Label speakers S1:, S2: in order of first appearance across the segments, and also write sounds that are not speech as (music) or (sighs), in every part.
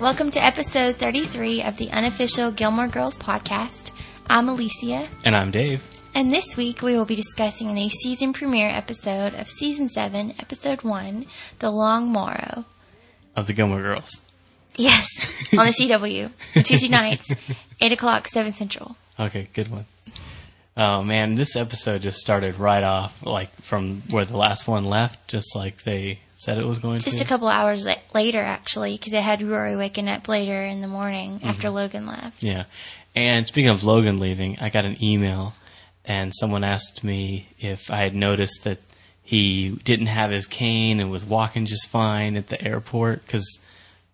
S1: Welcome to episode 33 of the unofficial Gilmore Girls podcast. I'm Alicia,
S2: And I'm Dave.
S1: and this week we will be discussing the season premiere episode of season 7, episode 1, The Long Morrow.
S2: Of the Gilmore Girls.
S1: Yes, on the CW, Tuesday nights, 8 o'clock, 7 Central.
S2: Okay, good one. Oh man, this episode just started right off, like from where the last one left, just like they said it was going
S1: Just
S2: to.
S1: a couple hours la- later, actually, because I had Rory waking up later in the morning after Logan left.
S2: yeah. And speaking of Logan leaving, I got an email, and someone asked me if I had noticed that he didn't have his cane and was walking just fine at the airport because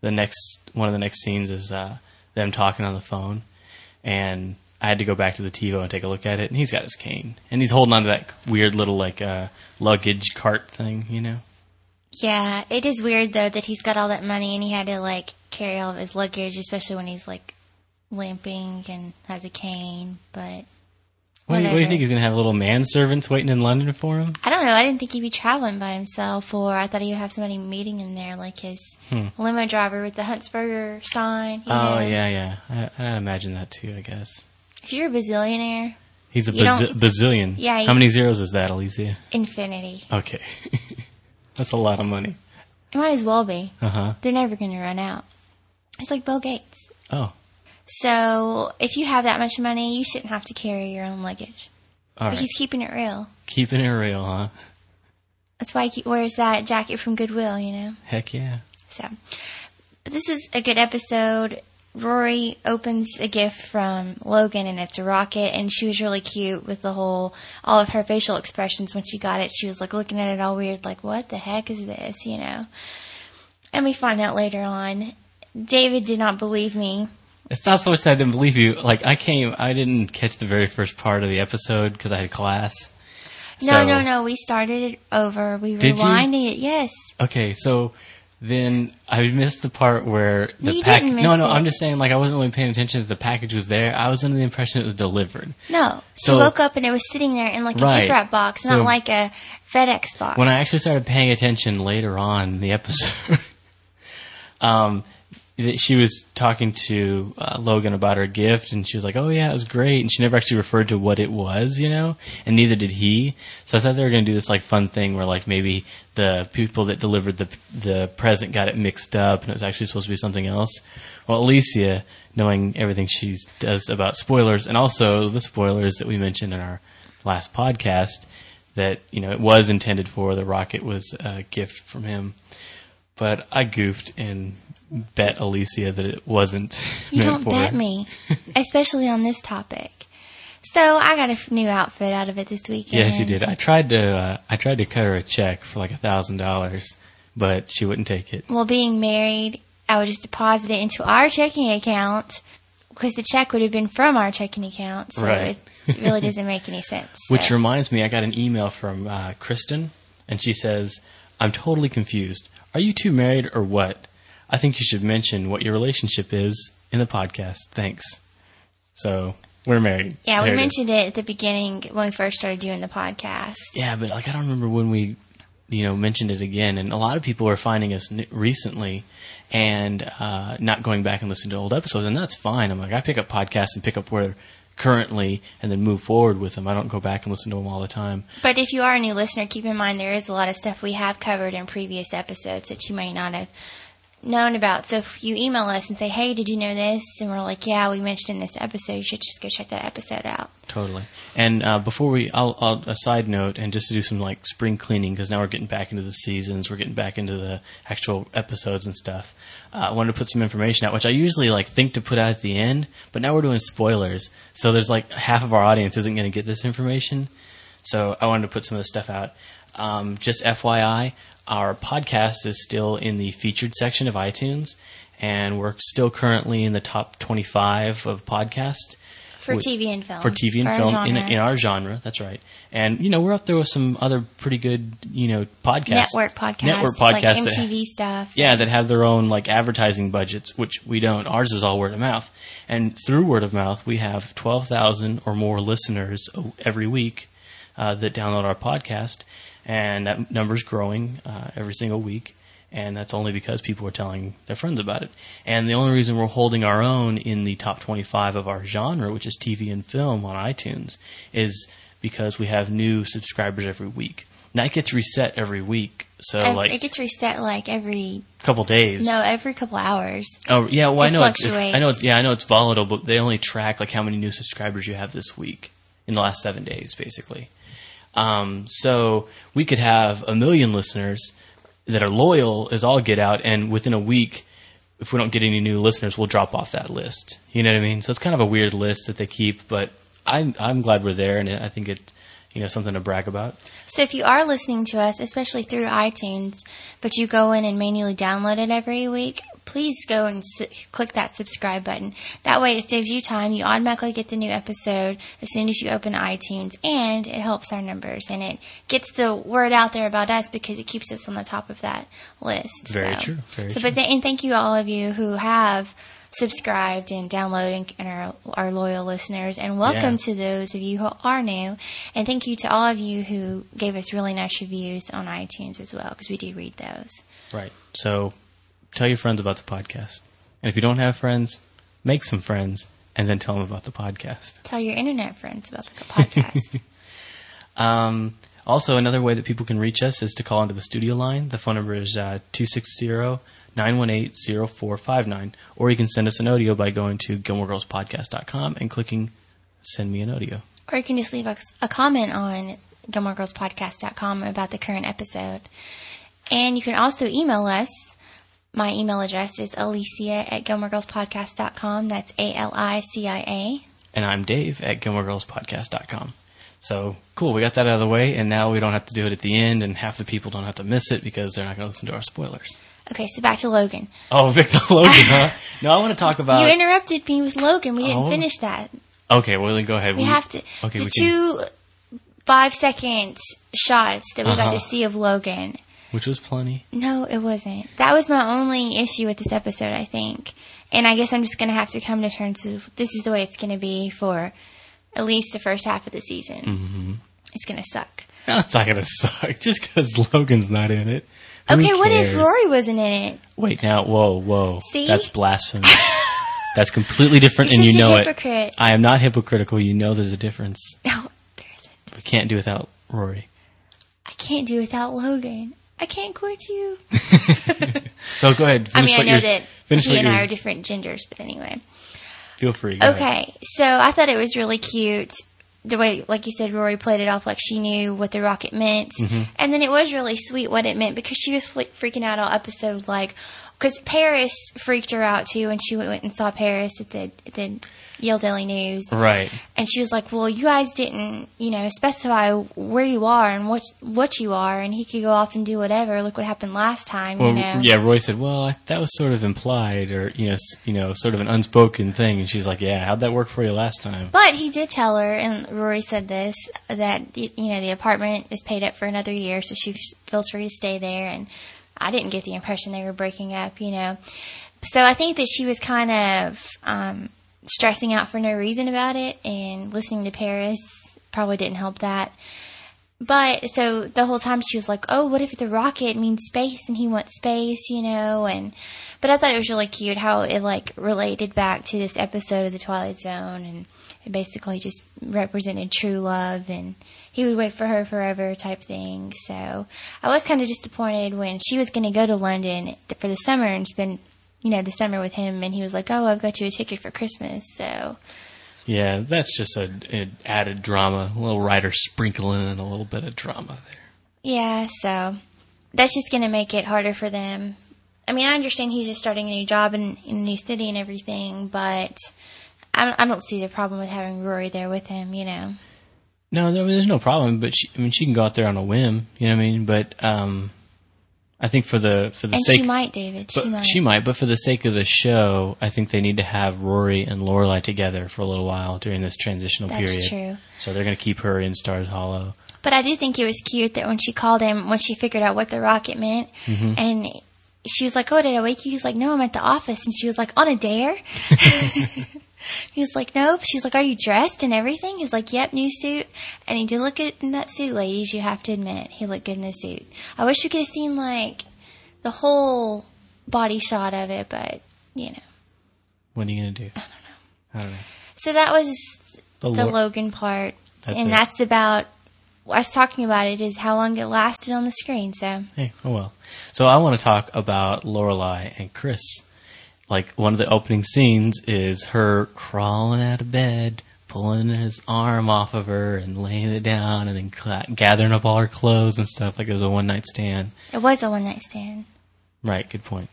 S2: the next one of the next scenes is uh, them talking on the phone, and I had to go back to the TiVo and take a look at it, and he's got his cane, and he's holding on to that weird little like uh, luggage cart thing, you know.
S1: Yeah, it is weird though that he's got all that money and he had to like carry all of his luggage, especially when he's like limping and has a cane. But
S2: What do, you, what do you
S1: Whatever.
S2: think he's gonna have little manservants waiting in London for him?
S1: I don't know. I didn't think he'd be traveling by himself, or I thought he would have somebody meeting him there, like his limo driver with the Huntsburger sign. you
S2: Hmm. Oh
S1: know?
S2: yeah, yeah. I, I'd imagine that too. I guess
S1: If you're a bazillionaire,
S2: he's a
S1: You
S2: bazi-
S1: don't-
S2: bazillion.
S1: Yeah, you-
S2: How many zeros is that, Alicia?
S1: infinity.
S2: Okay, (laughs) that's a lot of money.
S1: It might as well be.
S2: Uh huh.
S1: They're never going to run out. It's like Bill Gates.
S2: Oh,
S1: So if you have that much money, you shouldn't have to carry your own luggage. But
S2: all right.
S1: he's keeping it real.
S2: Keeping it real, huh?
S1: That's why he wears that jacket from Goodwill, you know?
S2: Heck yeah.
S1: So, but this is a good episode. Rory opens a gift from Logan and it's a rocket, and she was really cute with the whole, all of her facial expressions when she got it. She was like looking at it all weird, like, what the heck is this, you know? And we find out later on, David did not believe me.
S2: It's not so much that I didn't believe you. Like I came, I didn't catch the very first part of the episode because I had class.
S1: No,
S2: So-
S1: no, no, we started it over. We
S2: Did you?
S1: rewinded it, yes.
S2: Okay, so then I missed the part where the
S1: You
S2: pack-
S1: didn't miss
S2: No, no,
S1: it.
S2: I'm just saying. Like I wasn't really paying attention if the package was there. I was under the impression it was delivered.
S1: No. She
S2: So-
S1: woke up and it was sitting there in like a
S2: Right.
S1: gift wrap box,
S2: So-
S1: not like a FedEx box.
S2: When I actually started paying attention later on in the episode, (laughs) um, that she was talking to uh, Logan about her gift, and she was like, "Oh yeah, it was great," and she never actually referred to what it was, you know, and neither did he. So I thought they were going to do this like fun thing where like maybe the people that delivered the the present got it mixed up, and it was actually supposed to be something else. Well, Alicia, knowing everything she does about spoilers, and also the spoilers that we mentioned in our last podcast, that you know it was intended for the rocket was a gift from him but I goofed and bet Alicia that it wasn't.
S1: you
S2: meant
S1: don't
S2: for
S1: bet
S2: her. (laughs)
S1: me, especially on this topic. So I got a f- new outfit out of it this weekend.
S2: Yeah, she did. I tried to. Uh, I tried to cut her a check for like a thousand dollars, but she wouldn't take it.
S1: Well, being married, I would just deposit it into our checking account because the check would have been from our checking account. So
S2: Right.
S1: it really
S2: (laughs)
S1: doesn't make any sense.
S2: Which
S1: So-
S2: reminds me, I got an email from uh, Kristen, and she says, "I'm totally confused. Are you two married or what? I think you should mention what your relationship is in the podcast. Thanks." So we're married.
S1: yeah,
S2: There
S1: we
S2: it is.
S1: mentioned it at the beginning when we first started doing the podcast.
S2: Yeah, but like I don't remember when we, you know, mentioned it again. And a lot of people are finding us n- recently and uh, not going back and listening to old episodes, and that's fine. I'm like I pick up podcasts and pick up where currently and then move forward with them. I don't go back and listen to them all the time.
S1: But if you are a new listener, keep in mind there is a lot of stuff we have covered in previous episodes that you may not have known about. So if you email us and say, hey, did you know this? And we're like, yeah, we mentioned in this episode, you should just go check that episode out.
S2: Totally. And uh, before we, I'll, I'll a side note, and just to do some like spring cleaning because now we're getting back into the seasons, we're getting back into the actual episodes and stuff. Uh, I wanted to put some information out, which I usually like think to put out at the end, but now we're doing spoilers, so there's like half of our audience isn't going to get this information. So I wanted to put some of the stuff out. Um, just FYI, our podcast is still in the featured section of iTunes, and we're still currently in the top 25 of podcasts
S1: For
S2: With-
S1: TV and film.
S2: for TV and
S1: our
S2: film in,
S1: genre.
S2: in our genre. That's right. And you know, we're up there with some other pretty good, you know, podcasts,
S1: network podcasts.
S2: network podcasts.
S1: Like
S2: that-
S1: MTV stuff.
S2: yeah, that have their own like advertising budgets, which we don't. Ours is all word of mouth, and through word of mouth, we have twelve thousand or more listeners o- every week uh, that download our podcast, and that number's growing uh, every single week. and that's only because people were telling their friends about it. And the only reason we're holding our own in the top 25 of our genre, which is TV and film on iTunes, is because we have new subscribers every week. Now it gets reset every week, so
S1: Ev-
S2: like
S1: it gets reset like every
S2: a couple days.
S1: no every couple hours.
S2: Oh yeah, well I
S1: It
S2: know it's, it's I
S1: fluctuates.
S2: know it's, yeah I know it's volatile, but they only track like how many new subscribers you have this week in the last seven days, basically. Um, so we could have a million listeners that are loyal as all get out, and within a week, if we don't get any new listeners, we'll drop off that list. You know what I mean? So it's kind of a weird list that they keep, but I'm I'm glad we're there, and I think it you know something to brag about.
S1: So if you are listening to us, especially through iTunes, but you go in and manually download it every week, please go and su- click that subscribe button. That way it saves you time. You automatically get the new episode as soon as you open iTunes and it helps our numbers and it gets the word out there about us because it keeps us on the top of that list.
S2: Very
S1: so.
S2: true. Very
S1: so, but th- and thank you all of you who have subscribed and downloaded and- and are our loyal listeners and welcome
S2: Yeah.
S1: to those of you who are new and thank you to all of you who gave us really nice reviews on iTunes as well because we do read those.
S2: Right. So tell your friends about the podcast. And if you don't have friends, make some friends and then tell them about the podcast.
S1: Tell your internet friends about the podcast.
S2: Um, also, another way that people can reach us is to call into the studio line. The phone number is uh, 260 918 0459. Or you can send us an audio by going to GilmoreGirlsPodcast.com and clicking Send Me an Audio.
S1: or you can just leave us a comment on GilmoreGirlsPodcast.com about the current episode. And you can also email us. My email address is alicia at GilmoreGirlsPodcast.com. That's A L I C I A.
S2: And I'm Dave at GilmoreGirlsPodcast.com. So cool, we got that out of the way, and now we don't have to do it at the end, and half the people don't have to miss it because they're not going to listen to our spoilers.
S1: Okay, so back to Logan.
S2: Oh, (laughs) Victor Logan, huh? No, I want to talk about.
S1: you interrupted me with Logan. We didn't
S2: Oh.
S1: finish that.
S2: okay, well then go ahead.
S1: We have to
S2: Okay,
S1: the
S2: we can-
S1: two five second shots that we got
S2: Uh-huh.
S1: to see of Logan.
S2: Which was plenty. (laughs)
S1: No, it wasn't. That was my only issue with this episode, I think. And I guess I'm just gonna have to come to terms with this is the way it's gonna be for at least the first half of the season. Mm-hmm. It's gonna suck.
S2: No, it's not gonna suck just because Logan's not in it. Who
S1: okay, what if
S2: cares?
S1: Rory wasn't in it?
S2: Wait now, whoa, whoa.
S1: See?
S2: That's
S1: (laughs)
S2: blasphemy. That's completely different,
S1: You're
S2: and
S1: such
S2: you
S1: a
S2: know
S1: hypocrite.
S2: it. I am not hypocritical. You know there's a difference.
S1: No, there isn't.
S2: We can't do without Rory.
S1: I can't do without Logan. I can't quit you.
S2: So go ahead. Finish
S1: I mean, I
S2: what
S1: know
S2: you're-
S1: that
S2: Finish
S1: he
S2: what
S1: and I
S2: you're-
S1: are different genders, but anyway.
S2: Feel free. go ahead.
S1: Okay, so I thought it was really cute the way, like you said, Rory played it off like she knew what the rocket meant, and then it was really sweet what it meant because she was fl- freaking out all episode like because Paris freaked her out too, and she went and saw Paris at the at the Yale Daily News,
S2: Right.
S1: and she was like, "Well, you guys didn't, you know, specify where you are and what what you are, and he could go off and do whatever. Look what happened last time,
S2: Well,
S1: you know."
S2: yeah. Roy said, "Well, I, that was sort of implied, or you know, s- you know, sort of an unspoken thing." And she's like, "Yeah, how'd that work for you last time?"
S1: But he did tell her, and Rory said this that y- you know the apartment is paid up for another year, so she feels free to stay there. And I didn't get the impression they were breaking up, you know. So I think that she was kind of um, stressing out for no reason about it, and listening to Paris probably didn't help that. But so the whole time she was like, "Oh, what if the rocket means space and he wants space?" You know, and but I thought it was really cute how it like related back to this episode of the Twilight Zone, and it basically just represented true love, and he would wait for her forever type thing. So I was kind of disappointed when she was going to go to London for the summer and spend you know the summer with him, and he was like, "Oh, I've got you a ticket for Christmas." So
S2: Yeah, that's just a, an added drama. A little writer sprinkling in a little bit of drama there.
S1: Yeah, so that's just going to make it harder for them. I mean, I understand he's just starting a new job in, in a new city and everything, but I don't, I don't see the problem with having Rory there with him, you know.
S2: No, I mean, there's no problem. But she, I mean, she can go out there on a whim. You know what I mean? But um, I think for the for the
S1: And
S2: sake
S1: she might, David.
S2: but
S1: she might.
S2: but for the sake of the show, I think they need to have Rory and Lorelai together for a little while during this transitional
S1: That's
S2: period.
S1: true.
S2: So they're going to keep her in Stars Hollow.
S1: But I do think it was cute that when she called him, when she figured out what the rocket meant,
S2: Mm-hmm.
S1: and she was like, "Oh, did I wake you?" He's like, "No, I'm at the office." And she was like, "On a
S2: (laughs)
S1: dare?" (laughs) he was like, "Nope." She's like, "Are you dressed and everything?" He's like, "Yep, new suit." And he did look good in that suit, ladies. You have to admit, he looked good in the suit. I wish we could have seen like the whole body shot of it, but you know.
S2: What are you gonna do? I don't know. I don't know.
S1: So that was
S2: The,
S1: the
S2: lo-
S1: Logan part,
S2: That's
S1: and
S2: it.
S1: that's about us talking about it is how long it lasted on the screen. So
S2: Hey, oh well. So I want to talk about Lorelai and Chris. Like one of the opening scenes is her crawling out of bed, pulling his arm off of her, and laying it down, and then cla gathering up all her clothes and stuff. Like it was a one night stand.
S1: it was a one night stand.
S2: Right. Good point.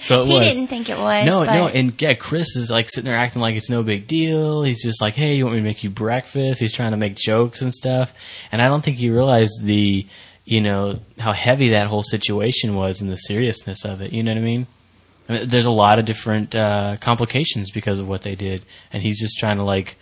S1: (laughs)
S2: (laughs) so it
S1: He
S2: was.
S1: didn't think it was.
S2: No,
S1: but
S2: no, and yeah, Chris is like sitting there acting like it's no big deal. He's just like, "Hey, you want me to make you breakfast?" He's trying to make jokes and stuff, and I don't think you realize the, you know, how heavy that whole situation was and the seriousness of it. You know what I mean? I mean there's a lot of different uh, complications because of what they did, and he's just trying to like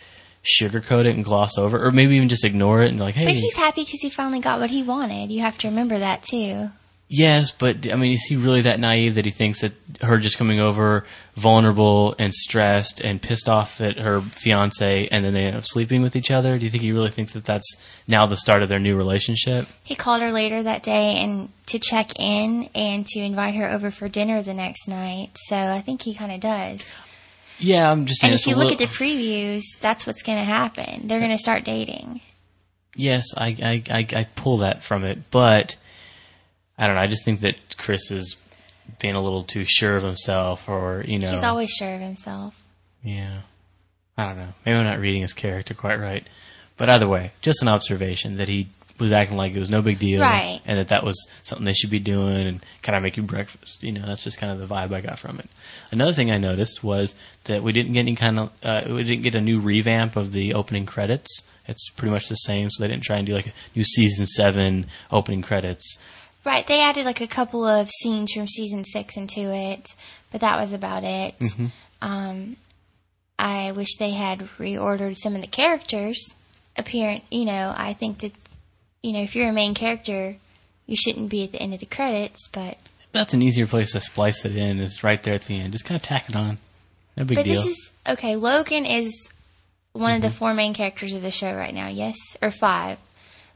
S2: sugarcoat it and gloss over, or maybe even just ignore it and like, "Hey,
S1: but he's happy because he finally got what he wanted. You have to remember that too.
S2: Yes, but I mean, is he really that naive that he thinks that her just coming over vulnerable and stressed and pissed off at her fiance and then they end up sleeping with each other? Do you think he really thinks that that's now the start of their new relationship?
S1: He called her later that day and to check in and to invite her over for dinner the next night. So I think he kind of does.
S2: Yeah, I'm just saying.
S1: And
S2: it's
S1: if you
S2: a
S1: look at
S2: little-
S1: the previews, that's what's going to happen. They're going to start dating.
S2: Yes, I, I, I, I pull that from it, but I don't know. I just think that Chris is being a little too sure of himself or, you know.
S1: He's always sure of himself.
S2: Yeah. I don't know. Maybe I'm not reading his character quite right. But either way, just an observation that he was acting like it was no big deal.
S1: Right.
S2: And that that was something they should be doing and can I make you breakfast? You know, that's just kind of the vibe I got from it. Another thing I noticed was that we didn't get any kind of, uh, we didn't get a new revamp of the opening credits. It's pretty much the same, so they didn't try and do like a new season seven opening credits.
S1: Right. They added like a couple of scenes from season six into it, but that was about it.
S2: Mm-hmm.
S1: Um, I wish they had reordered some of the characters. Apparent, you know, I think that, you know, if you're a main character, you shouldn't be at the end of the credits, but
S2: That's an easier place to splice it in, is right there at the end. Just kind of tack it on. No big
S1: But
S2: deal. Mm-hmm.
S1: this is okay. Logan is one of the four main characters of the show right now. Yes, or five,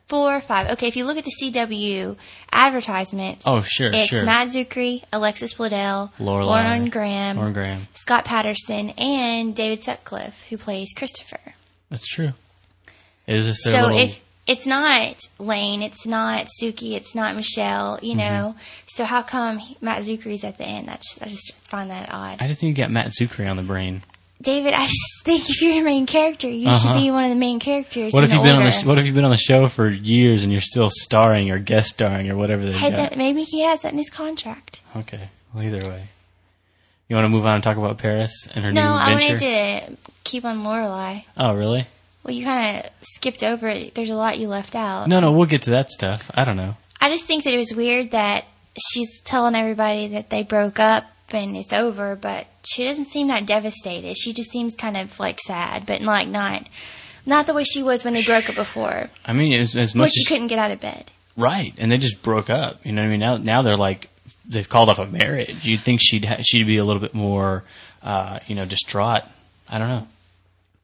S1: four, or five. Okay, if you look at the CW advertisements,
S2: oh, sure,
S1: it's
S2: sure.
S1: Matt Zuckery, Alexis Bledel,
S2: Lorelai,
S1: Lauren Graham,
S2: Lauren Graham.
S1: Scott Patterson, and David Sutcliffe, who plays Christopher.
S2: That's true. It is just their
S1: so
S2: little,
S1: if it's not Lane, it's not Suki, it's not Michelle, you
S2: Mm-hmm.
S1: know. So how come he- Matt Zuckery's at the end? That's I just find that odd.
S2: I just think you got Matt Zuckery on the brain.
S1: David, I just (laughs) think if you're a main character, you
S2: Uh-huh.
S1: should be one of the main characters.
S2: What
S1: in
S2: if you've
S1: the
S2: been on the
S1: order.
S2: sh- What if you've been on the show for years and you're still starring or guest starring or whatever they
S1: Had
S2: got?
S1: that- maybe he has that in his contract.
S2: Okay. Well, either way, you want to move on and talk about Paris and her
S1: no,
S2: new
S1: I
S2: adventure?
S1: wanted to keep on Lorelai.
S2: Oh, really?
S1: Well, you kind of skipped over it. There's a lot you left out.
S2: No, no. We'll get to that stuff. I don't know.
S1: I just think that it was weird that she's telling everybody that they broke up and it's over, but she doesn't seem that devastated. She just seems kind of like sad, but like not not the way she was when they broke up before,
S2: I mean, as, as
S1: when
S2: much
S1: she
S2: as
S1: couldn't get out of bed.
S2: right, and they just broke up. You know what I mean? Now, now they're like they've called off a marriage. You'd think she'd ha- she'd be a little bit more, uh, you know, distraught. I don't know.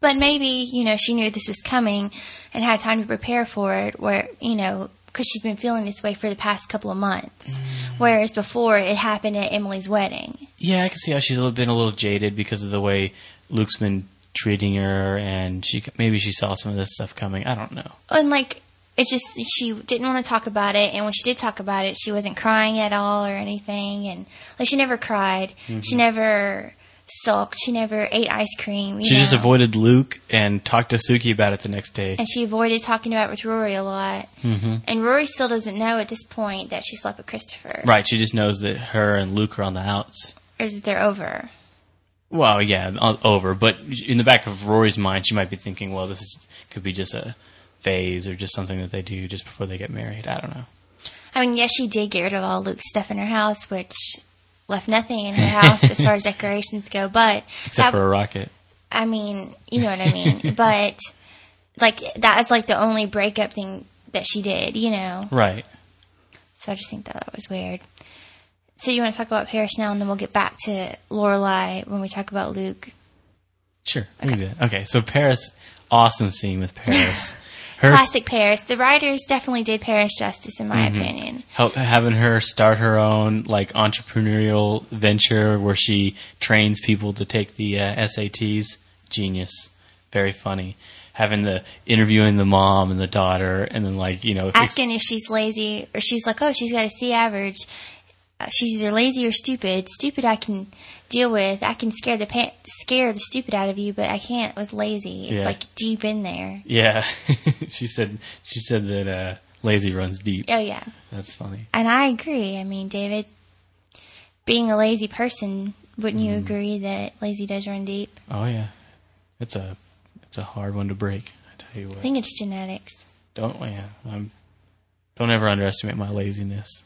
S1: But maybe, you know, she knew this was coming and had time to prepare for it, where, you know, because she's been feeling this way for the past couple of months. Whereas before, it happened at Emily's wedding.
S2: Yeah, I can see how she's a little, been a little jaded because of the way Luke's been treating her, and she maybe she saw some of this stuff coming. I don't know.
S1: And, like, it just, she didn't want to talk about it. And when she did talk about it, she wasn't crying at all or anything. And, like, she never cried.
S2: Mm-hmm.
S1: She never sulked. She never ate ice cream. you
S2: She just
S1: know.
S2: avoided Luke and talked to Suki about it the next day.
S1: And she avoided talking about it with Rory a lot. Mm-hmm. And Rory still doesn't know at this point that she slept with Christopher.
S2: Right, she just knows that her and Luke are on the outs.
S1: Or that they're over.
S2: Well, yeah, o- over. But in the back of Rory's mind, she might be thinking, well, this is, could be just a phase or just something that they do just before they get married. I don't know.
S1: I mean, yes, she did get rid of all Luke's stuff in her house, which left nothing in
S2: (laughs)
S1: her house as far as decorations go. But
S2: Except
S1: that,
S2: for a rocket.
S1: I mean, you know what I mean.
S2: (laughs)
S1: but like that is like the only breakup thing that she did, you know.
S2: Right.
S1: So I just think that that was weird. So you want to talk about Paris now, and then we'll get back to Lorelai when we talk about Luke.
S2: Sure. we can do that. Okay. So Paris, awesome scene with Paris. Her-
S1: classic Paris. The writers definitely did Paris justice, in my
S2: Mm-hmm.
S1: opinion.
S2: Help, having her start her own like entrepreneurial venture where she trains people to take the uh, SATs, genius, very funny. Having the interviewing the mom and the daughter, and then like you know, ex-
S1: Asking if she's lazy, or she's like, oh, she's got a C average. Uh, She's either lazy or stupid. Stupid, I can deal with. I can scare the pa- scare the stupid out of you, but I can't with lazy. It's
S2: Yeah.
S1: like deep in there.
S2: yeah, (laughs) she said she said that uh, lazy runs deep.
S1: Oh yeah,
S2: That's funny.
S1: and I agree. I mean, David, being a lazy person, wouldn't you agree that lazy does run deep?
S2: Oh yeah, it's a it's a hard one to break. I tell you what.
S1: I think it's genetics.
S2: don't yeah, I'm, don't ever underestimate my laziness.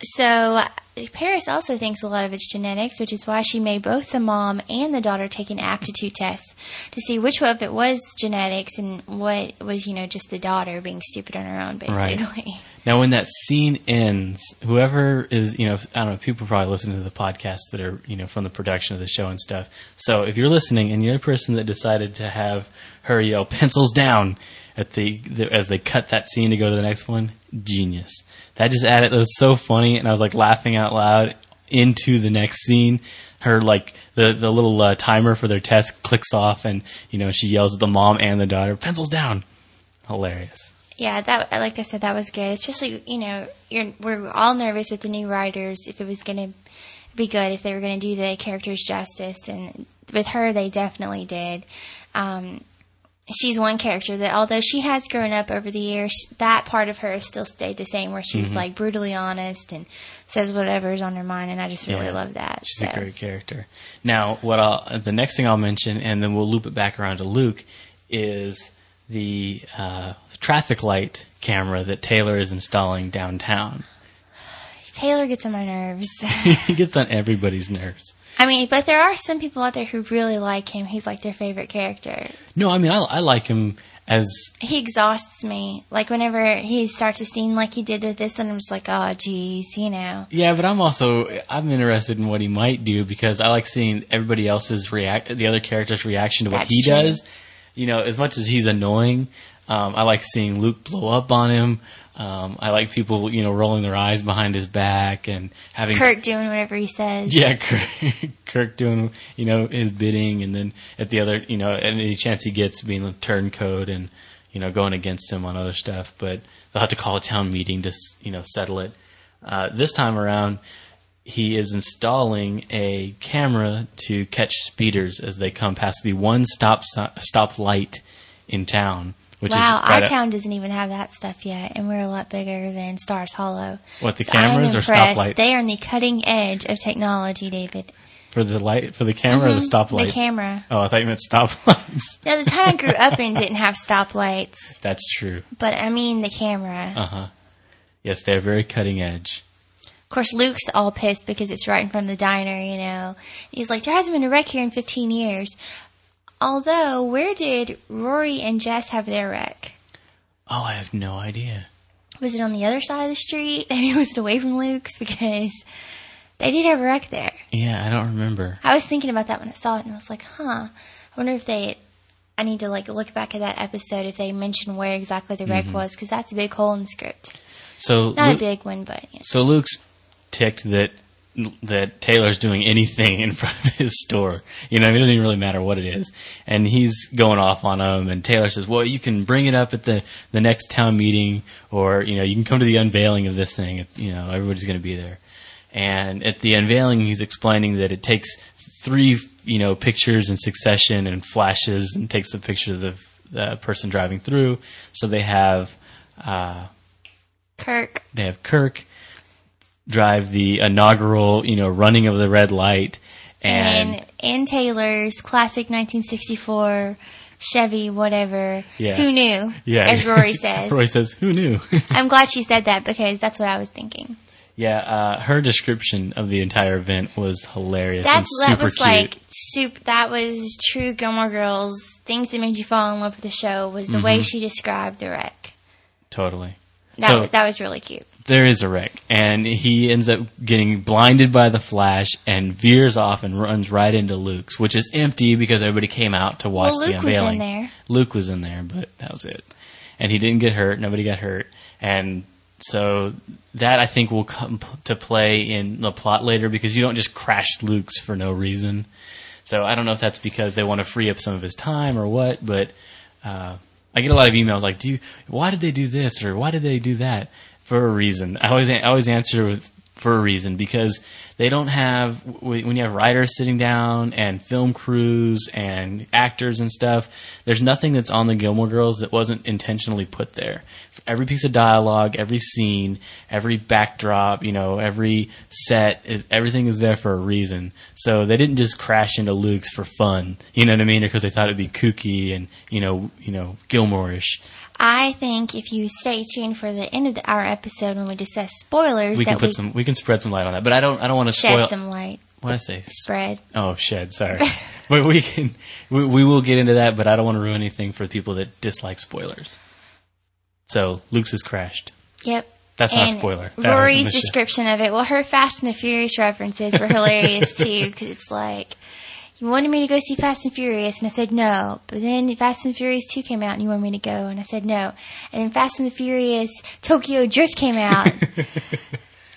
S1: So uh, Paris also thinks a lot of it's genetics, which is why she made both the mom and the daughter take an aptitude test to see which of it was genetics and what was, you know, just the daughter being stupid on her own,
S2: Right.
S1: basically.
S2: Now, when that scene ends, whoever is, you know, I don't know, people probably listen to the podcast that are, you know, from the production of the show and stuff. So if you're listening and you're the person that decided to have her yell pencils down at the, the as they cut that scene to go to the next one, genius. That just added, it was so funny. And I was like laughing out loud into the next scene. Her like the the little uh, timer for their test clicks off, and you know she yells at the mom and the daughter, "Pencils down!" Hilarious.
S1: Yeah, that like I said, that was good. Especially, you know, you're, we're all nervous with the new writers if it was going to be good, if they were going to do the characters justice, and with her, they definitely did. Um, she's one character that, although she has grown up over the years, sh- that part of her has still stayed the same, where
S2: Mm-hmm.
S1: she's like brutally honest and says whatever's on her mind, and I just really
S2: Yeah.
S1: love that.
S2: She's
S1: so.
S2: a great character. Now, what I'll, the next thing I'll mention, and then we'll loop it back around to Luke, is the uh, traffic light camera that Taylor is installing downtown. (laughs)
S1: Taylor gets on my nerves. (laughs)
S2: he gets on everybody's nerves.
S1: I mean, but there are some people out there who really like him. He's like their favorite character.
S2: No, I mean, I, I like him as
S1: he exhausts me. Like whenever he starts a scene like he did with this one, I'm just like, oh, geez, you know.
S2: Yeah, but I'm also I'm interested in what he might do because I like seeing everybody else's react, the other character's reaction to what
S1: That's
S2: he
S1: true.
S2: does. You know, as much as he's annoying, um, I like seeing Luke blow up on him. Um, I like people, you know, rolling their eyes behind his back and having
S1: Kirk doing whatever he says.
S2: yeah, (laughs) Kirk, Kirk doing you know his bidding, and then at the other, you know, at any chance he gets being a turncoat and you know going against him on other stuff. But they'll have to call a town meeting to s- you know settle it. Uh, this time around, he is installing a camera to catch speeders as they come past the one stop si- stop light in town. Which
S1: Wow,
S2: is
S1: our
S2: right up-
S1: town doesn't even have that stuff yet, and we're a lot bigger than Stars Hollow.
S2: What, the
S1: So
S2: cameras
S1: I'm
S2: or
S1: impressed.
S2: stoplights?
S1: They are on the cutting edge of technology, David.
S2: for the light for the camera or the
S1: Mhm,
S2: stop
S1: the
S2: lights?
S1: camera.
S2: Oh, I thought you meant stop (laughs) lights.
S1: Now, the town I grew up in didn't have stoplights,
S2: That's true.
S1: but I mean the camera.
S2: Uh huh. Yes, they're very cutting edge.
S1: Of course, Luke's all pissed because it's right in front of the diner, you know. He's like, there hasn't been a wreck here in 15 years. Although, where did Rory and Jess have their wreck?
S2: Oh, I have no idea.
S1: Was it on the other side of the street? (laughs) I mean, was it away from Luke's? Because they did have a wreck there.
S2: Yeah, I don't remember.
S1: I was thinking about that when I saw it, and I was like, huh, I wonder if they. I need to like look back at that episode if they mention where exactly the wreck was, 'cause was because that's a big hole in the script.
S2: So,
S1: Not
S2: Lu-
S1: a big one, but you know.
S2: so Luke's ticked that that Taylor's doing anything in front of his store. You know, it doesn't even really matter what it is. And he's going off on him. And Taylor says, "Well, you can bring it up at the the next town meeting, or you know, you can come to the unveiling of this thing. It's, you know, everybody's going to be there." And at the unveiling, he's explaining that it takes three, you know, pictures in succession and flashes and takes the picture of the, the person driving through. So they have, uh,
S1: Kirk,
S2: they have Kirk drive the inaugural, you know, running of the red light, and,
S1: and and Taylor's classic 1964 Chevy, whatever.
S2: Yeah.
S1: Who knew?
S2: yeah,
S1: As
S2: (laughs)
S1: Rory says.
S2: Rory says, "Who knew?" (laughs)
S1: I'm glad she said that because that's what I was thinking.
S2: yeah, uh, her description of the entire event was hilarious.
S1: That's
S2: and
S1: that
S2: super
S1: was
S2: cute.
S1: like soup. That was true Gilmore Girls. Things that made you fall in love with the show was the way she described the wreck.
S2: totally.
S1: That
S2: Mm-hmm. so
S1: that was really cute.
S2: there is a wreck, and he ends up getting blinded by the flash and veers off and runs right into Luke's, which is empty because everybody came out to watch
S1: Well,
S2: the
S1: Luke was in
S2: unveiling.
S1: there.
S2: Luke was in there, but that was it. And he didn't get hurt. Nobody got hurt, and so that I think will come p- to play in the plot later because you don't just crash Luke's for no reason. So I don't know if that's because they want to free up some of his time or what, but uh, I get a lot of emails like, "Do you? Why did they do this or why did they do that?" For a reason. I always I always answer with for a reason because they don't have w- when you have writers sitting down and film crews and actors and stuff. There's nothing that's on the Gilmore Girls that wasn't intentionally put there. Every piece of dialogue, every scene, every backdrop, you know, every set, is, everything is there for a reason. So they didn't just crash into Luke's for fun, you know what I mean, because they thought it'd be kooky and you know, you know, Gilmore-ish.
S1: I think if you stay tuned for the end of the, our episode when we discuss spoilers,
S2: We can
S1: that
S2: put
S1: we
S2: some, we can spread some light on that, but I don't, I don't want to
S1: shed
S2: spoil.
S1: some light.
S2: What I say?
S1: Spread.
S2: Oh, shed.
S1: (laughs)
S2: Sorry, but we can we, we will get into that. But I don't want to ruin anything for people that dislike spoilers. So Luke's is crashed.
S1: Yep.
S2: That's not a
S1: And
S2: spoiler. That was
S1: Rory's
S2: a mis-
S1: description of it. Well, her Fast and the Furious references were hilarious too, because it's like you wanted me to go see Fast and Furious, and I said no. But then Fast and Furious Two came out, and you wanted me to go, and I said no. And then Fast and the Furious Tokyo Drift came
S2: (laughs)
S1: out, and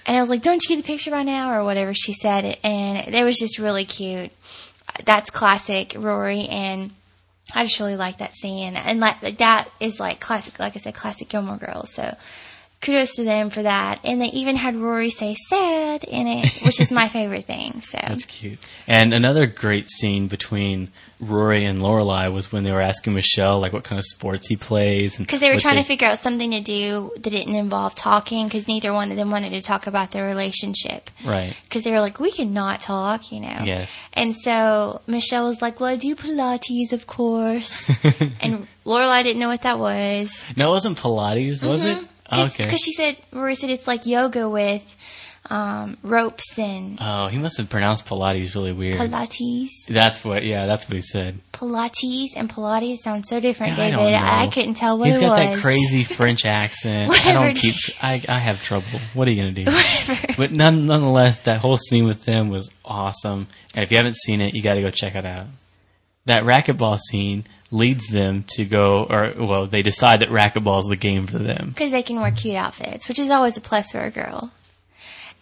S1: I was like, "Don't you get the picture by now?" or whatever she said, and it was just really cute. That's classic Rory and. I just really like that scene, and like, like that is like classic, like I said, classic Gilmore Girls. So kudos to them for that. And they even had Rory say "sad" in it, which is my favorite thing. So
S2: (laughs) That's cute. And another great scene between Rory and Lorelai was when they were asking Michelle like what kind of sports he plays,
S1: because they were trying to figure out something to do that didn't involve talking, because neither one of them wanted to talk about their relationship.
S2: right.
S1: Because they were like, we cannot talk, you know.
S2: Yeah.
S1: And so Michelle was like, "Well, I do Pilates, of
S2: (laughs)
S1: course." and Lorelai didn't know what that was.
S2: No, it wasn't Pilates, was it? Oh, Okay.
S1: Because Mm-hmm. she said, Rory said it's like yoga with um, ropes and
S2: Oh, he must have pronounced Pilates really weird.
S1: Pilates.
S2: That's what. Yeah, that's what he said.
S1: Pilates and Pilates sound so different,
S2: I
S1: David.
S2: don't
S1: I,
S2: know.
S1: couldn't tell what
S2: He's
S1: it
S2: got
S1: was. (laughs)
S2: that crazy French accent. I
S1: Whatever
S2: don't
S1: it
S2: keep.
S1: is.
S2: I I have trouble. What are you gonna do?
S1: Whatever.
S2: but none, nonetheless, that whole scene with them was awesome. And if you haven't seen it, you got to go check it out. That racquetball scene leads them to go, or well, they decide that racquetball is the game for them.
S1: Because they can wear cute outfits, which is always a plus for a girl.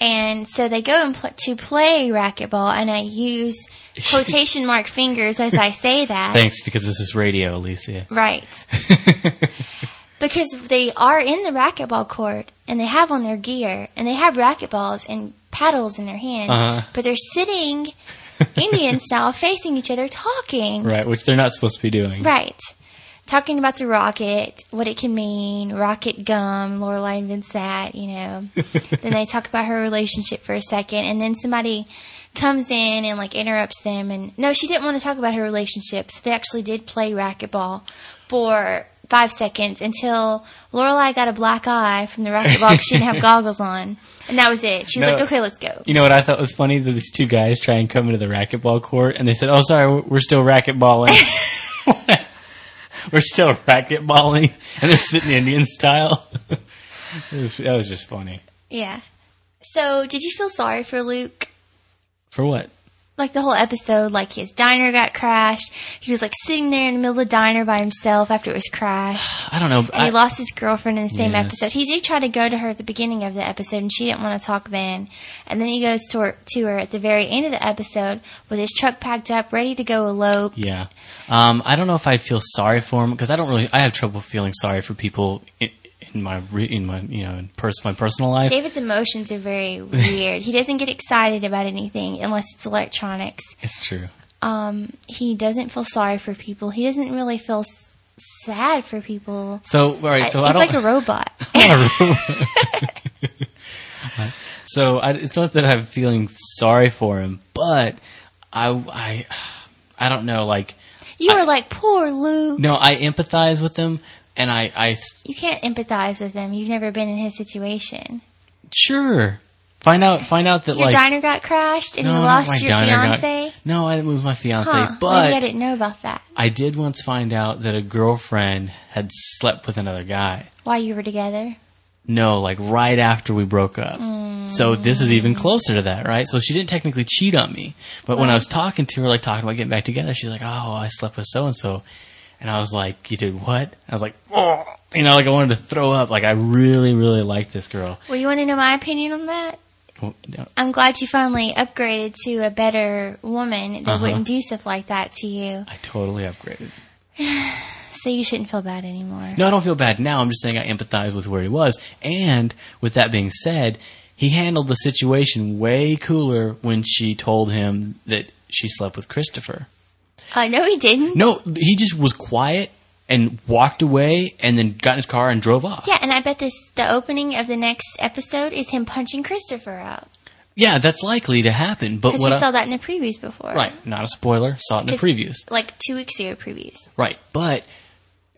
S1: And so they go and pl- to play racquetball, and I use
S2: (laughs)
S1: quotation mark fingers as I say that.
S2: Thanks, because this is radio, Alicia. (laughs)
S1: Right. because they are in the racquetball court and they have on their gear and they have racquetballs and paddles in their hands,
S2: Uh-huh.
S1: but they're sitting Indian style facing each other talking.
S2: Right, which they're not supposed to be doing.
S1: Right. Talking about the rocket, what it can mean, rocket gum, Lorelai invents that, you know. then they talk about her relationship for a second, and then somebody comes in and like interrupts them. And no, she didn't want to talk about her relationship, so they actually did play racquetball for five seconds until Lorelai got a black eye from the racquetball because she didn't have goggles on, and that was it. She was
S2: No.
S1: like, "Okay, let's go."
S2: You know what I thought was funny? That these two guys try and come into the racquetball court, and they said, "Oh, sorry, we're- we're still racquetballing. we're still racquetballing," and they're sitting Indian style. (laughs) it was, that was just funny.
S1: Yeah. So, did you feel sorry for Luke?
S2: For what?
S1: like the whole episode, like his diner got crashed. He was like sitting there in the middle of the diner by himself after it was
S2: (sighs)
S1: crashed.
S2: I don't know.
S1: And
S2: I-
S1: he lost his girlfriend in the same
S2: Yes.
S1: episode. He did try to go to her at the beginning of the episode, and she didn't want to talk then. And then he goes to her, to her at the very end of the episode with his truck packed up, ready to go elope.
S2: Yeah. Um, I don't know if I feel sorry for him because I don't really. I have trouble feeling sorry for people in, in my re- in my you know in pers- my personal life.
S1: David's emotions are
S2: (laughs)
S1: very weird. he doesn't get excited about anything unless it's electronics.
S2: It's true.
S1: Um, he doesn't feel sorry for people. He doesn't really feel s- sad for people.
S2: So all right. So
S1: He's
S2: I don't.
S1: like a
S2: (laughs)
S1: robot. (laughs)
S2: (laughs) so I, it's not that I'm feeling sorry for him, but I I I don't know. Like
S1: You were like, poor Luke.
S2: no, I empathize with him, and I I
S1: You can't empathize with him. You've never been in his situation.
S2: sure find out find out that
S1: Your
S2: like
S1: diner got crashed and
S2: no,
S1: you
S2: not
S1: lost
S2: my
S1: your
S2: diner got-
S1: fiance.
S2: no, I didn't lose my fiance,
S1: Huh.
S2: but
S1: Maybe I didn't know about that.
S2: I did once find out that a girlfriend had slept with another guy.
S1: While you were together.
S2: No, like right after we broke up. So this is even closer to that, right? So she didn't technically cheat on me. But when I was talking to her, like talking about getting back together, she's like, oh, I slept with so and so. And I was like, you did what? I was like, oh, you know, like I wanted to throw up. Like I really, really like this girl.
S1: Well, you want to know my opinion on that?
S2: Well, no,
S1: I'm glad you finally upgraded to a better woman that
S2: Uh-huh.
S1: wouldn't do stuff like that to you.
S2: I totally upgraded.
S1: So you shouldn't feel bad anymore.
S2: No, I don't feel bad now. I'm just saying I empathize with where he was. And with that being said, he handled the situation way cooler when she told him that she slept with Christopher.
S1: Uh, no, he didn't.
S2: No, he just was quiet and walked away and then got in his car and drove off.
S1: Yeah, and I bet this the opening of the next episode is him punching Christopher out
S2: Yeah, that's likely to happen. But
S1: because we
S2: what? I,
S1: saw that in the previews before.
S2: right, not a spoiler. Saw it in the
S1: 'Cause-
S2: previews.
S1: Like two weeks ago, previews.
S2: Right, but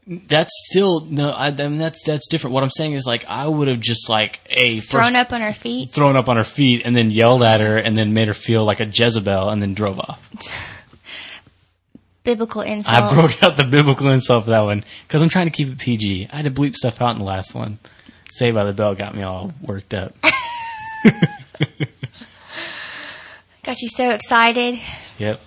S2: that's still no. I, I mean, that's that's different. What I'm saying is like I would have just like a first,
S1: Thrown up on our feet.
S2: thrown up on her feet and then yelled at her and then made her feel like a Jezebel and then drove off.
S1: Biblical insult.
S2: I broke out the biblical insult for that one because I'm trying to keep it PG. I had to bleep stuff out in the last one. Saved by the Bell got me all worked up.
S1: (laughs) Got you so excited.
S2: Yep.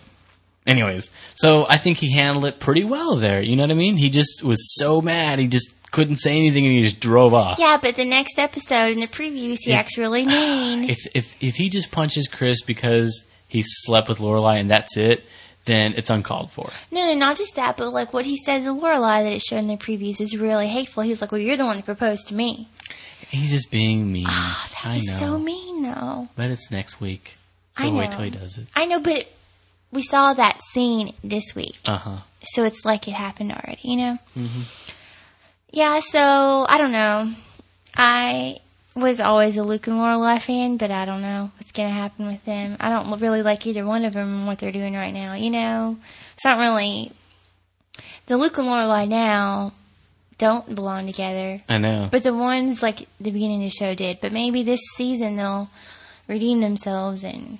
S2: Anyways, so I think he handled it pretty well there. You know what I mean? He just was so mad he just couldn't say anything and he just drove off.
S1: Yeah, but the next episode in the previews, he acts really mean. (sighs)
S2: If if if he just punches Chris because he slept with Lorelai and that's it, then it's uncalled for.
S1: No, no, not just that, but like what he says to Lorelai that it showed in the previews is really hateful. He was like, "Well, you're the one who proposed to me."
S2: He's just being mean.
S1: Ah, that
S2: I
S1: was
S2: know.
S1: so mean, though.
S2: but it's next week. So
S1: I know.
S2: wait till he does it.
S1: I know, but we saw that scene this week,
S2: Uh huh.
S1: so it's like it happened already. You know? Mm-hmm. Yeah. So I don't know. I was always a Luke and Lorelai fan, but I don't know what's gonna happen with them. I don't really like either one of them and what they're doing right now. You know, it's not really the Luke and Lorelai now don't belong together.
S2: I know.
S1: But the ones like at the beginning of the show did. But maybe this season they'll redeem themselves and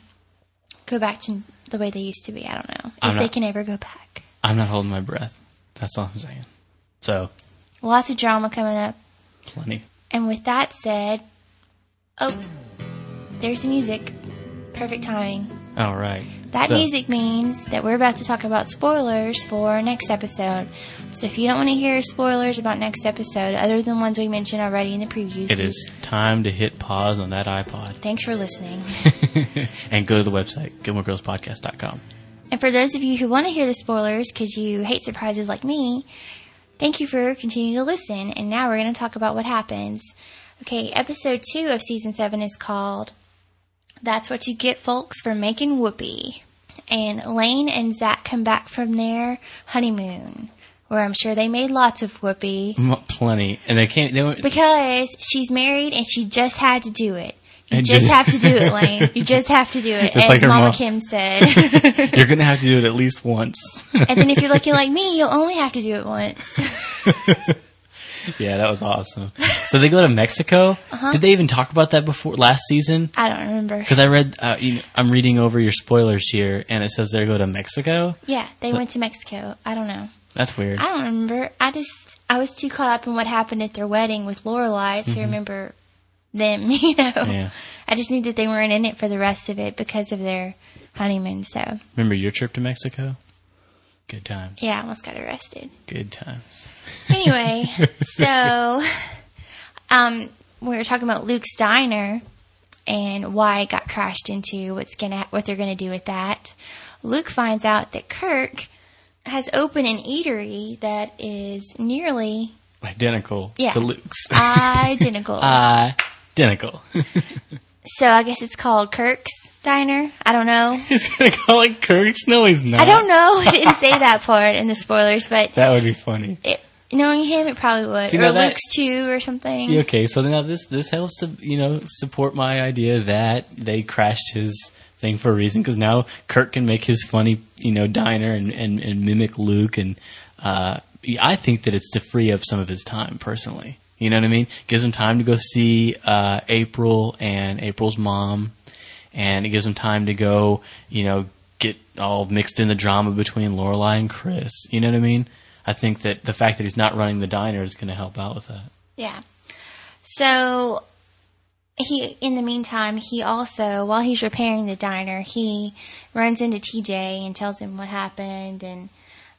S1: go back to the way they used to be. I don't know if
S2: I'm
S1: they
S2: not-
S1: can ever go back.
S2: I'm not holding my breath. That's all I'm saying. So
S1: Lots of drama coming up.
S2: plenty.
S1: And with that said, oh, there's the music. Perfect timing.
S2: All right.
S1: That
S2: So-
S1: music means that we're about to talk about spoilers for next episode. So if you don't want to hear spoilers about next episode, other than ones we mentioned already in the previews,
S2: It is time to hit pause on that iPod
S1: Thanks for listening.
S2: (laughs) and go to the website, GilmoreGirlsPodcast.com.
S1: And for those of you who want to hear the spoilers because you hate surprises like me, thank you for continuing to listen. And now we're going to talk about what happens. Okay, episode two of season seven is called That's What You Get, Folks, for Making Whoopee. And Lane and Zach come back from their honeymoon, where I'm sure they made lots of whoopee
S2: M- Plenty. And they came,
S1: (laughs)
S2: they went,
S1: because she's married and she just had to do it. You
S2: And
S1: just
S2: did-
S1: have to do it, Lane.
S2: (laughs)
S1: You just have to do it,
S2: Just
S1: as
S2: like her
S1: Mama
S2: mom.
S1: Kim said.
S2: (laughs) you're going to have to do it at least once. (laughs)
S1: And then if you're lucky like me, you'll only have to do it once.
S2: yeah, that was awesome. So they go to Mexico.
S1: Uh-huh.
S2: Did they even talk about that before last season?
S1: I don't remember.
S2: Because I read, uh, you know, I'm reading over your spoilers here, and it says they go to Mexico.
S1: Yeah, they
S2: So-
S1: went to Mexico. I don't know.
S2: That's weird.
S1: I don't remember. I just I was too caught up in what happened at their wedding with Lorelai to remember them. (laughs) You know.
S2: Mm-hmm. Yeah.
S1: I just knew that they weren't in it for the rest of it because of their honeymoon. So
S2: Remember your trip to Mexico? Good times.
S1: yeah, I almost got arrested.
S2: Good times. (laughs)
S1: Anyway, so um, we were talking about Luke's diner and why it got crashed into. What's gonna what they're gonna do with that? Luke finds out that Kirk has opened an eatery that is
S2: (laughs)
S1: nearly
S2: Identical
S1: Yeah.
S2: to Luke's.
S1: identical.
S2: Uh, (laughs) Identical.
S1: so I guess it's called Kirk's Diner. I don't know.
S2: he's gonna call it Kirk's. No, he's not.
S1: I don't know. I didn't
S2: (laughs)
S1: say that part in the spoilers, but
S2: That would be funny.
S1: it, knowing him, it probably would.
S2: See,
S1: or
S2: now that-
S1: Luke's too, or something.
S2: Yeah, Okay, so now this this helps to you know support my idea that they crashed his thing for a reason because now Kirk can make his funny you know diner and and, and mimic Luke and uh, I think that it's to free up some of his time personally. You know what I mean? Gives him time to go see uh, April and April's mom, and it gives him time to go you know get all mixed in the drama between Lorelai and Chris. You know what I mean? I think that the fact that he's not running the diner is going to help out with that.
S1: Yeah. So he, in the meantime, he also, while he's repairing the diner, he runs into TJ and tells him what happened. And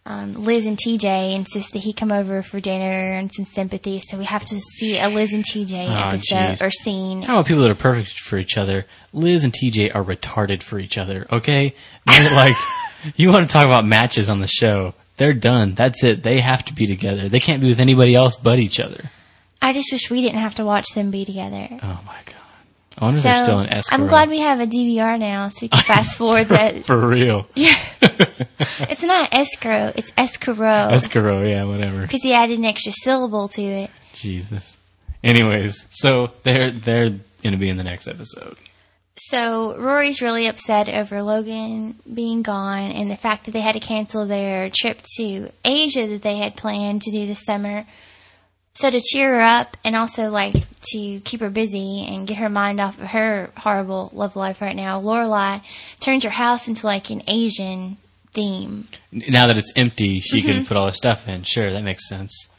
S1: um, Liz and TJ insist that he come over for dinner and some sympathy. So we have to see a Liz and TJ
S2: Oh,
S1: episode
S2: geez.
S1: or scene.
S2: I don't want people that are perfect for each other. Liz and TJ are retarded for each other, okay?
S1: (laughs)
S2: They're like, you want to talk about matches on the show. They're done. That's it. They have to be together. They can't be with anybody else but each other.
S1: I just wish we didn't have to watch them be together.
S2: Oh my god. I wonder if they're still in escrow.
S1: I'm glad we have a DVR now, so you
S2: (laughs)
S1: can fast forward that.
S2: For real.
S1: Yeah. it's not escrow, it's escrow.
S2: Escrow,
S1: (laughs)
S2: yeah, whatever.
S1: Because he added an extra syllable to it.
S2: Jesus. Anyways, so they're they're gonna be in the next episode.
S1: So Rory's really upset over Logan being gone and the fact that they had to cancel their trip to Asia that they had planned to do this summer. So to cheer her up and also like to keep her busy and get her mind off of her horrible love life right now, Lorelai turns her house into like an Asian theme.
S2: N- Now that it's empty, she
S1: Mm-hmm.
S2: can put all her stuff in. Sure, that makes sense.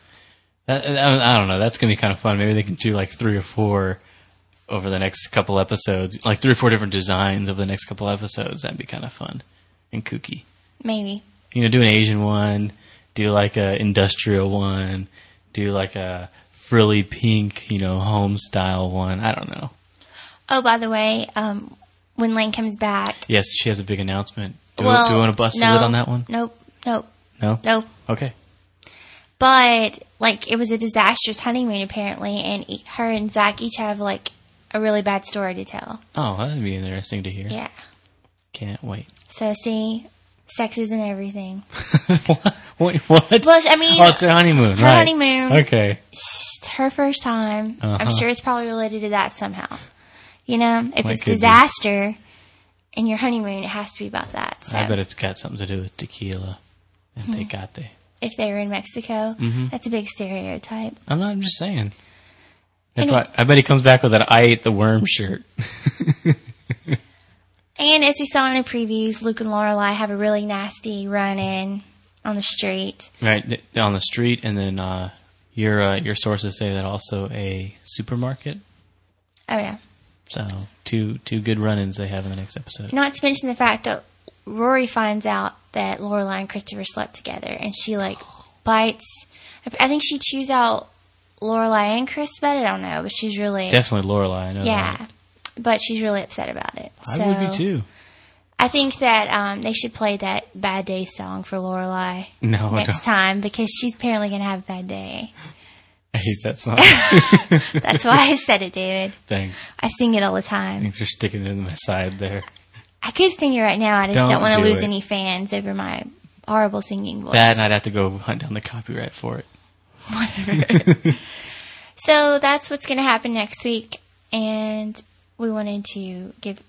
S2: That, I I don't know. That's gonna be kind of fun. Maybe they can do like three or four over the next couple episodes, like three or four different designs over the next couple episodes. That'd be kind of fun and kooky.
S1: Maybe.
S2: you know, do an Asian one, do like a industrial one, do like a frilly pink, you know, home style one. I don't know.
S1: Oh, by the way, um, when Lane comes back,
S2: Yes, she has a big announcement. Do,
S1: well,
S2: do you want to bust
S1: no,
S2: a lid on that one?
S1: Nope, nope,
S2: No.
S1: nope.
S2: Okay.
S1: But like it was a disastrous honeymoon apparently, and e- her and Zach each have like a really bad story to tell.
S2: Oh, that'd be interesting to hear.
S1: Yeah.
S2: Can't wait.
S1: So see, sex isn't everything.
S2: (laughs) what? Wait, what?
S1: Well, I mean,
S2: oh, it's their honeymoon.
S1: her
S2: right.
S1: honeymoon.
S2: Okay.
S1: it's her first time.
S2: Uh-huh.
S1: I'm sure it's probably related to that somehow. You know, if
S2: Well, it
S1: it's
S2: could be.
S1: disaster in your honeymoon, it has to be about that. So Hmm.
S2: I bet it's got something to do with tequila and tecate.
S1: if they were in Mexico,
S2: Mm-hmm.
S1: that's a big stereotype.
S2: I'm not. I'm just saying. That's
S1: And-
S2: why, I bet he comes back with that "I ate the worm" shirt.
S1: And as we saw in the previews, Luke and Lorelai have a really nasty run-in on the street.
S2: Right th- on the street, and then uh, your uh, your sources say that also a supermarket.
S1: Oh yeah.
S2: So two two good run-ins they have in the next episode.
S1: Not to mention the fact that Rory finds out that Lorelai and Christopher slept together, and she like bites. I- I think she chews out Lorelai and Chris, but I don't know. But she's really
S2: Definitely Lorelai. I know.
S1: yeah.
S2: that.
S1: But she's really upset about it.
S2: I
S1: so
S2: would be too.
S1: I think that um, they should play that "Bad Day" song for Lorelai
S2: No, I,
S1: next
S2: don't.
S1: time because she's apparently gonna have a bad day.
S2: (laughs) I hate
S1: (laughs)
S2: that song.
S1: That's why I (laughs) said it, David.
S2: Thanks.
S1: I sing it all the time.
S2: Thanks for sticking it in my side there.
S1: I could sing it right now. I just don't,
S2: Don't
S1: want to
S2: do
S1: lose
S2: it.
S1: any fans over my horrible singing voice.
S2: That and I'd have to go hunt down the copyright for it.
S1: (laughs) So that's what's going to happen next week, and we wanted to give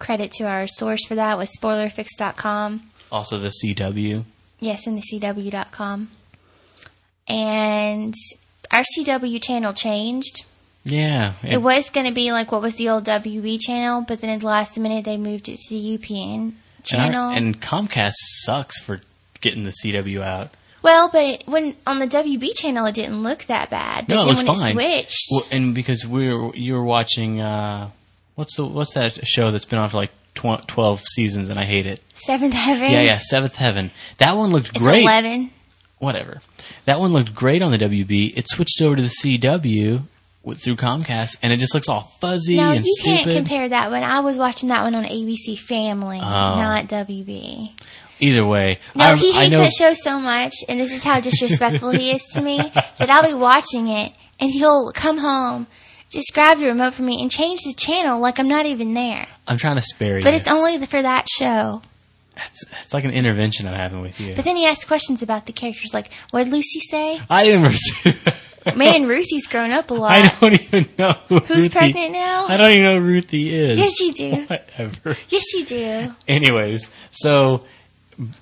S1: credit to our source for that was spoilerfix.com.
S2: Also, the CW.
S1: Yes, and the CW.com. And our CW channel changed.
S2: Yeah.
S1: It was going to be like what was the old WB channel, but then at the last minute they moved it to the UPN
S2: and, our-
S1: channel.
S2: and Comcast sucks for getting the CW out.
S1: well, but when on the WB channel it didn't look that bad, but
S2: No, it
S1: then
S2: looked
S1: when
S2: fine.
S1: it switched,
S2: Well, and because we were you were watching uh, what's the what's that show that's been on for like tw- twelve seasons and I hate it.
S1: Seventh Heaven,
S2: Yeah, yeah, Seventh Heaven. That one looked
S1: it's
S2: great.
S1: eleven.
S2: Whatever. That one looked great on the WB. It switched over to the CW with, through Comcast, and it just looks all fuzzy
S1: No,
S2: and
S1: you
S2: stupid. Oh.
S1: can't compare that one. I was watching that one on ABC Family, not WB.
S2: Either way,
S1: No,
S2: I,
S1: he
S2: I
S1: hates
S2: know.
S1: that show so much, and this is how disrespectful he is to
S2: (laughs)
S1: me that I'll be watching it, and he'll come home, just grab the remote from me, and change the channel like I'm not even there.
S2: I'm trying to spare you.
S1: But it's only the- for that show.
S2: it's, it's like an intervention I'm having with you.
S1: But then he asks questions about the characters, like what did Lucy say?
S2: I didn't (laughs) receive.
S1: Man, Ruthie's grown up a lot.
S2: (laughs) I don't even know who
S1: Who's
S2: Ruthie-
S1: pregnant now?
S2: I don't even know who Ruthie is.
S1: Yes, you do.
S2: (laughs) Whatever.
S1: Yes, you do.
S2: Anyways, so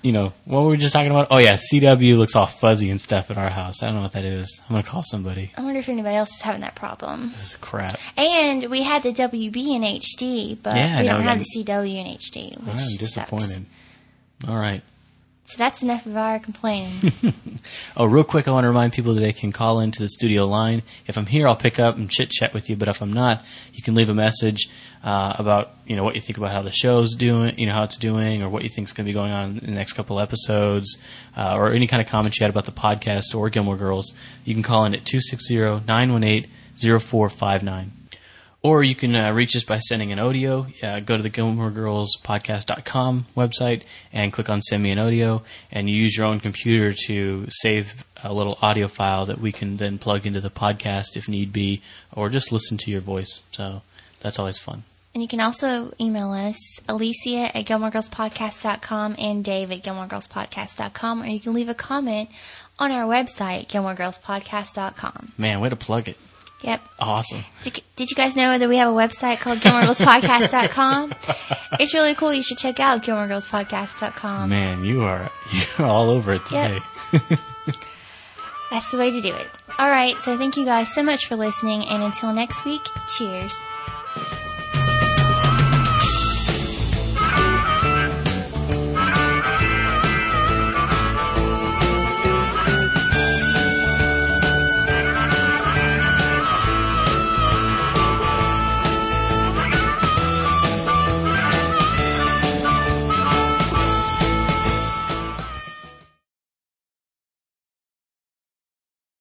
S2: you know what were we just talking about? Oh yeah, CW looks all fuzzy and stuff at our house. I don't know what that is. I'm gonna call somebody.
S1: I wonder if anybody else is having that problem.
S2: This is crap.
S1: And we had the WB in HD, but
S2: Yeah,
S1: we
S2: now
S1: don't
S2: we
S1: have
S2: got-
S1: the CW in HD. Which
S2: I'm disappointed. All right,
S1: Sucks. So that's enough of our complaining.
S2: Oh, real quick, I want to remind people that they can call into the studio line. If I'm here, I'll pick up and chit chat with you. But if I'm not, you can leave a message uh, about you know what you think about how the show's doing, you know how it's doing, or what you think's going to be going on in the next couple episodes, uh, or any kind of comments you had about the podcast or Gilmore Girls. You can call in at 260-918-0459. Or you can uh, reach us by sending an audio. Uh, go to the Gilmore Girls Podcast.com website and click on Send Me an Audio, and you use your own computer to save a little audio file that we can then plug into the podcast if need be, or just listen to your voice. So that's always fun.
S1: and you can also email us, Alicia at GilmoreGirlsPodcast.com and Dave at GilmoreGirlsPodcast.com, or you can leave a comment on our website, GilmoreGirlsPodcast.com.
S2: Man, way to plug it.
S1: Yep.
S2: Awesome.
S1: Did, did you guys know that we have a website called GilmoreGirlsPodcast.com? it's really cool. You should check out GilmoreGirlsPodcast.com.
S2: Man, you are (laughs) you're all over it today.
S1: Yep. That's the way to do it. All right. So thank you guys so much for listening. And until next week, cheers.